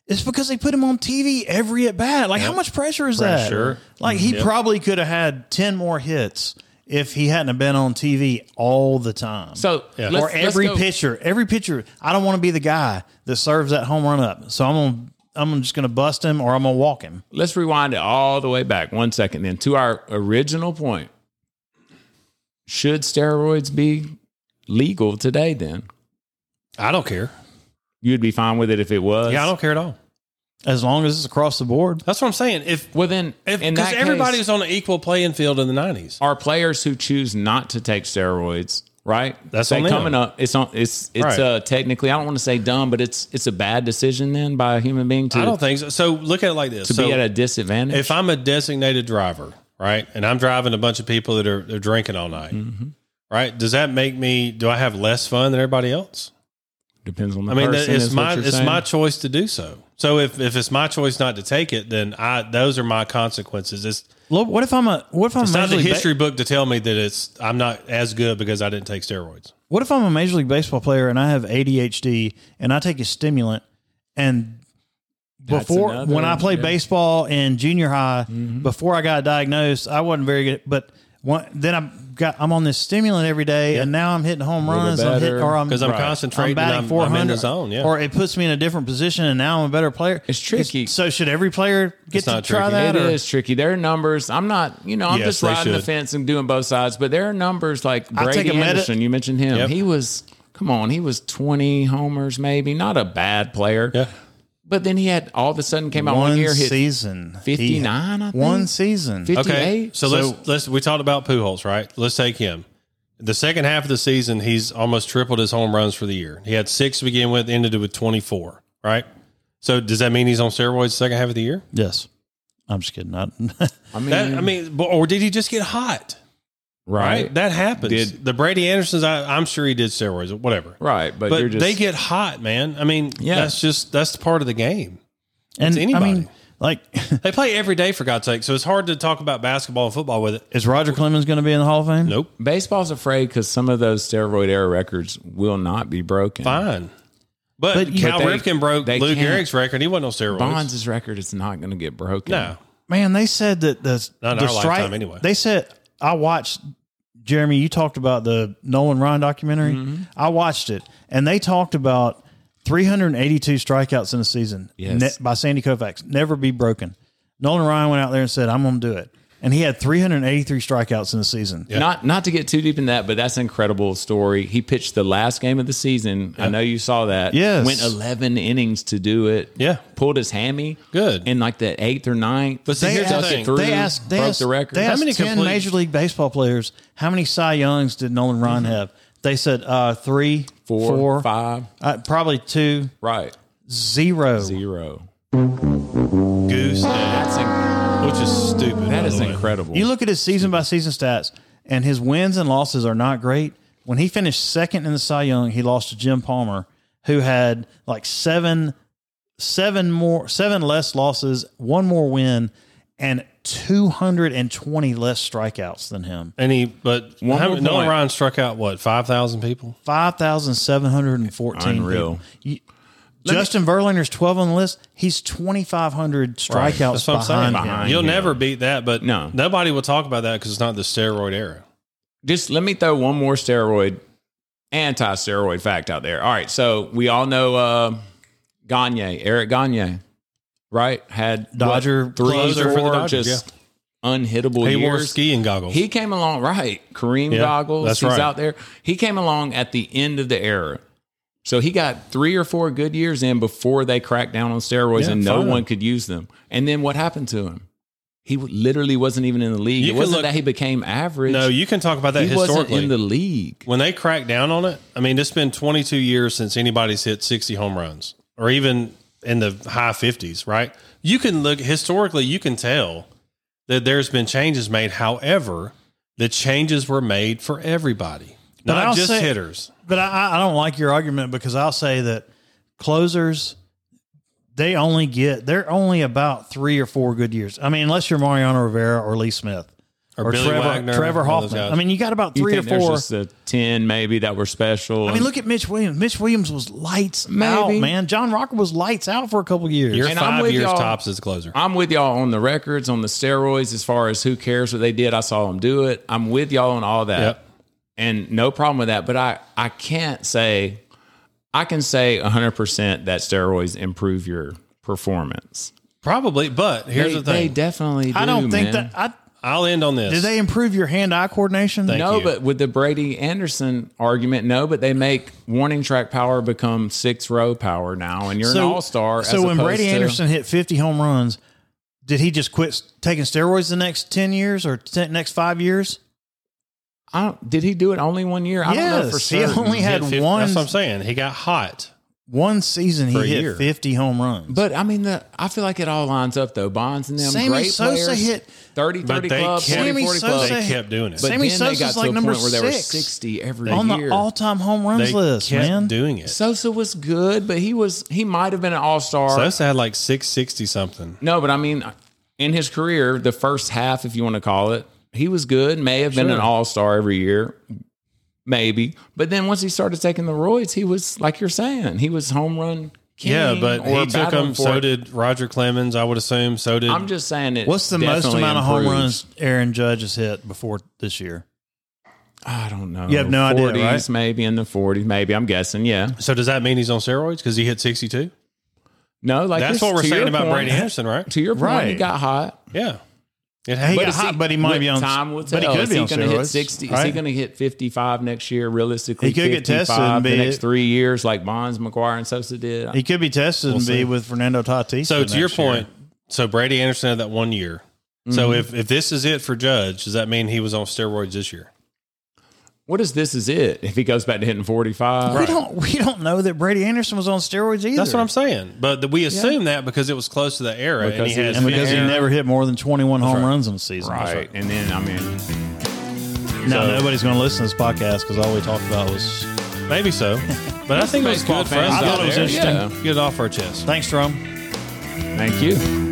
Speaker 1: It's because they put him on TV every at bat. Like, how much pressure is that?
Speaker 2: Pressure.
Speaker 1: Like,
Speaker 3: Mm-hmm.
Speaker 1: he probably could have had 10 more hits if he hadn't have been on TV all the time.
Speaker 3: So let's,
Speaker 1: or every
Speaker 3: let
Speaker 1: pitcher, every pitcher. I don't want to be the guy that serves that home run up. So I'm gonna, I'm just gonna bust him or I'm gonna walk him.
Speaker 3: Let's rewind it all the way back one second, then to our original point. Should steroids be legal today? Then
Speaker 2: I don't care.
Speaker 3: you'd be fine with it if it was.
Speaker 2: Yeah, I don't care at all.
Speaker 1: As long as it's across the board.
Speaker 2: That's what I'm saying. If
Speaker 3: Well, then in
Speaker 2: because
Speaker 3: that
Speaker 2: everybody
Speaker 3: case,
Speaker 2: was on an equal playing field in the nineties.
Speaker 3: are players who choose not to take steroids, right?
Speaker 2: That's
Speaker 3: they
Speaker 2: on them.
Speaker 3: coming up. It's on. It's it's
Speaker 2: Right.
Speaker 3: uh, technically. I don't want to say dumb, but it's it's a bad decision then by a human being to
Speaker 2: I don't think so. So look at it like this:
Speaker 3: to
Speaker 2: so
Speaker 3: be at a disadvantage.
Speaker 2: if I'm a designated driver, right, and I'm driving a bunch of people that are, are drinking all night,
Speaker 3: Mm-hmm.
Speaker 2: right? Does that make me? Do I have less fun than everybody else?
Speaker 3: Depends on the
Speaker 2: I mean,
Speaker 3: person.
Speaker 2: it's
Speaker 3: is what
Speaker 2: my
Speaker 3: you're
Speaker 2: it's
Speaker 3: saying.
Speaker 2: my choice to do so. So if if it's my choice not to take it, then I those are my consequences. It's,
Speaker 1: Look, what if I'm a what if I'm
Speaker 2: it's
Speaker 1: a major
Speaker 2: not the
Speaker 1: league ba-
Speaker 2: history book to tell me that it's I'm not as good because I didn't take steroids.
Speaker 1: what if I'm a major league baseball player and I have ADHD and I take a stimulant and before
Speaker 3: another
Speaker 1: when I
Speaker 3: one,
Speaker 1: played
Speaker 3: yeah. Mm-hmm.
Speaker 1: baseball in junior high, before I got diagnosed, I wasn't very good. But one, then I got I'm on this stimulant every day, and now I'm hitting home runs. I'm hitting,
Speaker 3: better.
Speaker 1: or I'm
Speaker 2: 'Cause I'm
Speaker 1: right.
Speaker 2: concentrating,
Speaker 1: batting
Speaker 2: I'm- I'm in
Speaker 1: 400,
Speaker 2: the zone, yeah.
Speaker 1: or it puts me in a different position, and now I'm a better player.
Speaker 3: It's tricky.
Speaker 1: so should every player get
Speaker 2: It's
Speaker 1: to
Speaker 2: not
Speaker 1: try
Speaker 2: tricky.
Speaker 1: that?
Speaker 3: It
Speaker 1: or-
Speaker 3: is tricky. There are numbers. I'm not, you know, I'm
Speaker 2: Yes,
Speaker 3: just
Speaker 2: they
Speaker 3: riding the
Speaker 2: should.
Speaker 3: fence and doing both sides, but there are numbers like
Speaker 1: I take
Speaker 3: Brady
Speaker 1: a medi-
Speaker 3: Anderson. you mentioned him.
Speaker 2: Yep.
Speaker 3: He was, come on, he was 20 homers, maybe. Not a bad player.
Speaker 2: Yeah,
Speaker 3: But then he had all of a sudden came out
Speaker 1: One
Speaker 3: one, year, hit
Speaker 1: season, He-
Speaker 3: 59, I think.
Speaker 1: One season.
Speaker 3: 58.
Speaker 2: Okay. So,
Speaker 1: So-
Speaker 2: let's let's we talked about Pujols, right? Let's take him. The second half of the season, he's almost tripled his home runs for the year. He had six to begin with, ended it with twenty four. Right. So does that mean he's on steroids the second half of the year?
Speaker 1: Yes, I'm just kidding. I,
Speaker 3: I mean,
Speaker 2: That I mean, but- or did he just get hot? Right.
Speaker 3: right.
Speaker 2: That happens.
Speaker 3: Did-
Speaker 2: the Brady Andersons? I, I'm sure he did steroids, whatever.
Speaker 3: Right. But,
Speaker 2: But
Speaker 3: you're just,
Speaker 2: they get hot, man. I mean,
Speaker 3: Yeah.
Speaker 2: that's just that's part of the game.
Speaker 1: and I mean,
Speaker 2: anybody.
Speaker 1: like.
Speaker 2: They play every day for God's sake, so it's hard to talk about basketball and football with it.
Speaker 1: Is Roger Clemens going to be in the Hall of Fame?
Speaker 2: Nope,
Speaker 3: baseball's afraid because some of those steroid era records will not be broken.
Speaker 2: fine. But, Cal
Speaker 3: they-
Speaker 2: Ripken broke
Speaker 3: they
Speaker 2: Lou
Speaker 3: can't-
Speaker 2: Gehrig's record. He wasn't on steroids.
Speaker 3: Bonds' record is not going to get broken.
Speaker 2: No.
Speaker 1: Man, they said that the
Speaker 2: Not in
Speaker 1: the
Speaker 2: our
Speaker 1: strike.
Speaker 2: lifetime, anyway.
Speaker 1: They said I watched Jeremy. You talked about the Nolan Ryan documentary.
Speaker 2: Mm-hmm.
Speaker 1: I watched it, and they talked about 382 strikeouts in a season
Speaker 3: Yes.
Speaker 1: by Sandy Koufax, never be broken. Nolan Ryan went out there and said, "I'm going to do it," and he had 383 strikeouts in a season.
Speaker 3: Not not to get too deep in that, but that's an incredible story. He pitched the last game of the season. I know you saw that.
Speaker 1: Yes.
Speaker 3: Went 11 innings to do it.
Speaker 2: Yeah.
Speaker 3: Pulled his hammy.
Speaker 2: Good.
Speaker 3: In like the eighth or ninth. But
Speaker 2: see, here's the
Speaker 3: stuck
Speaker 2: thing.
Speaker 3: it through.
Speaker 1: They asked, they
Speaker 3: broke
Speaker 1: asked,
Speaker 3: the record.
Speaker 1: They
Speaker 2: How
Speaker 1: asked
Speaker 2: many
Speaker 1: ten
Speaker 2: complete-
Speaker 1: Major League Baseball players how many Cy Youngs did Nolan Ryan have? They said uh, three,
Speaker 3: Mm-hmm. Four,
Speaker 1: four,
Speaker 3: five.
Speaker 1: uh, probably two,
Speaker 3: right.
Speaker 1: zero.
Speaker 3: Zero.
Speaker 2: Goose, egg,
Speaker 3: That's inc-
Speaker 2: which is stupid. by
Speaker 3: that
Speaker 2: the
Speaker 3: is
Speaker 2: way.
Speaker 3: incredible.
Speaker 1: You look at his season by season stats, and his wins and losses are not great. When he finished second in the Cy Young, he lost to Jim Palmer, who had like seven, seven more, seven less losses, one more win, and two hundred and twenty less strikeouts than him.
Speaker 2: And he, but
Speaker 3: One
Speaker 2: how,
Speaker 3: more
Speaker 2: Nolan
Speaker 3: point.
Speaker 2: Ryan struck out what five thousand people.
Speaker 1: Five thousand seven hundred and fourteen.
Speaker 3: Unreal.
Speaker 1: Justin Verlander's twelve on the list. He's twenty five hundred strikeouts
Speaker 2: That's what I'm saying.
Speaker 1: behind, him.
Speaker 3: Behind.
Speaker 2: You'll
Speaker 3: him.
Speaker 2: never beat that, but
Speaker 3: No.
Speaker 2: nobody will talk about that because it's not the steroid era.
Speaker 3: just let me throw one more steroid, anti steroid fact out there. All right. So we all know uh, Gagne, Eric Gagne, right? Had what,
Speaker 1: Dodger
Speaker 3: three,
Speaker 2: closer
Speaker 3: four,
Speaker 2: for the Dodgers,
Speaker 3: just unhittable
Speaker 2: He wore
Speaker 3: years.
Speaker 2: skiing goggles.
Speaker 3: He came along, right? Kareem
Speaker 2: Yeah,
Speaker 3: goggles.
Speaker 2: that's
Speaker 3: he's
Speaker 2: right.
Speaker 3: out there. He came along at the end of the era. So he got three or four good years in before they cracked down on steroids
Speaker 2: Yeah,
Speaker 3: and no
Speaker 2: fine.
Speaker 3: one could use them. And then what happened to him? He w- literally wasn't even in the league.
Speaker 2: You
Speaker 3: it
Speaker 2: can
Speaker 3: wasn't
Speaker 2: look-
Speaker 3: that he became average.
Speaker 2: no, you can talk about that
Speaker 3: he wasn't
Speaker 2: historically.
Speaker 3: in the league.
Speaker 2: when they cracked down on it, I mean, it's been 22 years since anybody's hit 60 home runs or even in the high 50s, right? You can look historically, you can tell that there's been changes made. However, the changes were made for everybody,
Speaker 1: But
Speaker 2: not
Speaker 1: I'll
Speaker 2: just
Speaker 1: say-
Speaker 2: hitters.
Speaker 1: But I- I, I don't like your argument because I'll say that closers, they only get, they're only about three or four good years. I mean, unless you're Mariano Rivera or Lee Smith or,
Speaker 2: Billy
Speaker 1: Trevor,
Speaker 2: Wagner,
Speaker 1: Trevor
Speaker 2: all those
Speaker 1: Hoffman.
Speaker 2: guys.
Speaker 1: I mean, you got about
Speaker 3: You
Speaker 1: three or
Speaker 3: think there's
Speaker 1: four.
Speaker 3: just a ten maybe that were special.
Speaker 1: I mean, look at Mitch Williams. Mitch Williams was lights out,
Speaker 3: Maybe.
Speaker 1: man. John Rocker was lights out for a couple years.
Speaker 2: You're
Speaker 3: And I'm
Speaker 2: five
Speaker 3: with
Speaker 2: years
Speaker 3: y'all.
Speaker 2: tops as a closer.
Speaker 3: I'm with y'all on the records, on the steroids, as far as who cares what they did. I saw them do it. I'm with y'all on all that.
Speaker 2: Yep.
Speaker 3: And no problem with that. But I, I can't say, I can say 100% that steroids improve your performance.
Speaker 2: Probably, but here's
Speaker 3: they,
Speaker 2: the thing.
Speaker 3: they definitely do.
Speaker 1: I don't think
Speaker 3: man.
Speaker 1: that, I,
Speaker 2: I'll end on this.
Speaker 1: did they improve your hand eye coordination?
Speaker 3: No,
Speaker 2: you.
Speaker 3: but with the Brady Anderson argument, no, but they make warning track power become six row power now, and you're an all star.
Speaker 1: So when Brady Anderson hit 50 home runs, did he just quit s- taking steroids the next 10 years or 10, next five years?
Speaker 3: I don't, did he do it only one year? I don't know for
Speaker 1: Yes, he
Speaker 3: certain.
Speaker 1: only had
Speaker 2: Hit fif-
Speaker 1: one
Speaker 2: That's what I'm saying. He got hot.
Speaker 1: one season. He
Speaker 2: For a
Speaker 1: hit
Speaker 2: year.
Speaker 1: 50 home runs.
Speaker 3: but I mean, the I feel like it all lines up though. Bonds and them
Speaker 1: Sammy
Speaker 3: great
Speaker 1: Sosa
Speaker 3: players,
Speaker 1: hit-
Speaker 3: 30, 30
Speaker 2: they
Speaker 3: club,
Speaker 2: kept-
Speaker 3: 40,
Speaker 1: Sammy
Speaker 3: 40
Speaker 1: Sosa
Speaker 3: club.
Speaker 2: They kept doing it.
Speaker 3: but
Speaker 1: Sammy
Speaker 3: then
Speaker 1: Sosa's
Speaker 3: they got to
Speaker 1: like
Speaker 3: a
Speaker 1: number
Speaker 3: point where they were
Speaker 1: six.
Speaker 3: 60 every
Speaker 1: on
Speaker 3: year.
Speaker 1: the all-time home runs
Speaker 2: They
Speaker 1: list,
Speaker 2: kept
Speaker 1: man.
Speaker 2: doing it.
Speaker 3: Sosa was good, but he was he might have been an all star.
Speaker 2: Sosa had like 660 something.
Speaker 3: No, but I mean, in his career, the first half, if you want to call it, he was good. May have been an all star every year, maybe. But then once he started taking the roids, he was like you're saying, he was home run. King
Speaker 2: Yeah, but
Speaker 3: or
Speaker 2: he took
Speaker 3: battling
Speaker 2: them.
Speaker 3: for
Speaker 2: So
Speaker 3: it.
Speaker 2: did Roger Clemens, I would assume. So did.
Speaker 3: I'm just saying it.
Speaker 1: What's the most
Speaker 3: definitely
Speaker 1: amount of home
Speaker 3: improves.
Speaker 1: runs Aaron Judge has hit before this year?
Speaker 3: I don't know.
Speaker 1: You have no idea,
Speaker 3: 40s,
Speaker 1: right?
Speaker 3: Maybe in the 40s. Maybe I'm guessing. Yeah.
Speaker 2: so does that mean he's on steroids because he hit 62?
Speaker 3: No, like
Speaker 2: That's
Speaker 3: you're-
Speaker 2: what we're
Speaker 3: to your
Speaker 2: saying about
Speaker 3: point-
Speaker 2: Brady Anderson, right?
Speaker 3: To your point, he
Speaker 1: Right.
Speaker 3: got hot.
Speaker 2: Yeah. It
Speaker 1: He
Speaker 2: had,
Speaker 1: got
Speaker 2: but
Speaker 1: hot, but he might be on.
Speaker 3: Time will tell.
Speaker 1: But he could
Speaker 3: is
Speaker 1: be on
Speaker 3: he going to hit
Speaker 1: steroids,
Speaker 3: sixty? Is he
Speaker 1: right?
Speaker 3: going to hit fifty-five next year? Realistically,
Speaker 1: He could get tested
Speaker 3: 55
Speaker 1: and
Speaker 3: the
Speaker 1: be-
Speaker 3: next three years, like Bonds, McGuire, and Sosa did.
Speaker 1: He could be tested and be with Fernando Tatis.
Speaker 2: so
Speaker 1: for
Speaker 2: to your
Speaker 1: next year. Mm-hmm.
Speaker 2: point, so Brady Anderson had that one year. So if, if this is it for Judge, does that mean he was on steroids this year?
Speaker 3: what is this? Is it? If he goes back to hitting forty-five,
Speaker 1: we don't we don't know that Brady Anderson was on steroids either.
Speaker 2: That's what I'm saying. But we assume that because it was close to the era and
Speaker 3: Because
Speaker 2: he
Speaker 3: he
Speaker 2: has
Speaker 3: was-
Speaker 1: and because he
Speaker 3: Yeah.
Speaker 1: never hit more than 21 home runs in a season.
Speaker 3: right? And then I mean,
Speaker 1: Now
Speaker 2: So-
Speaker 1: nobody's going to listen to this podcast because all we talked about was
Speaker 2: maybe so. But I think it was
Speaker 3: baseball
Speaker 2: good for
Speaker 3: fans
Speaker 2: us.
Speaker 1: out
Speaker 2: I thought it was
Speaker 1: there,
Speaker 2: interesting.
Speaker 3: yeah.
Speaker 2: Get it off our chest.
Speaker 1: thanks, Jerome.
Speaker 3: thank you.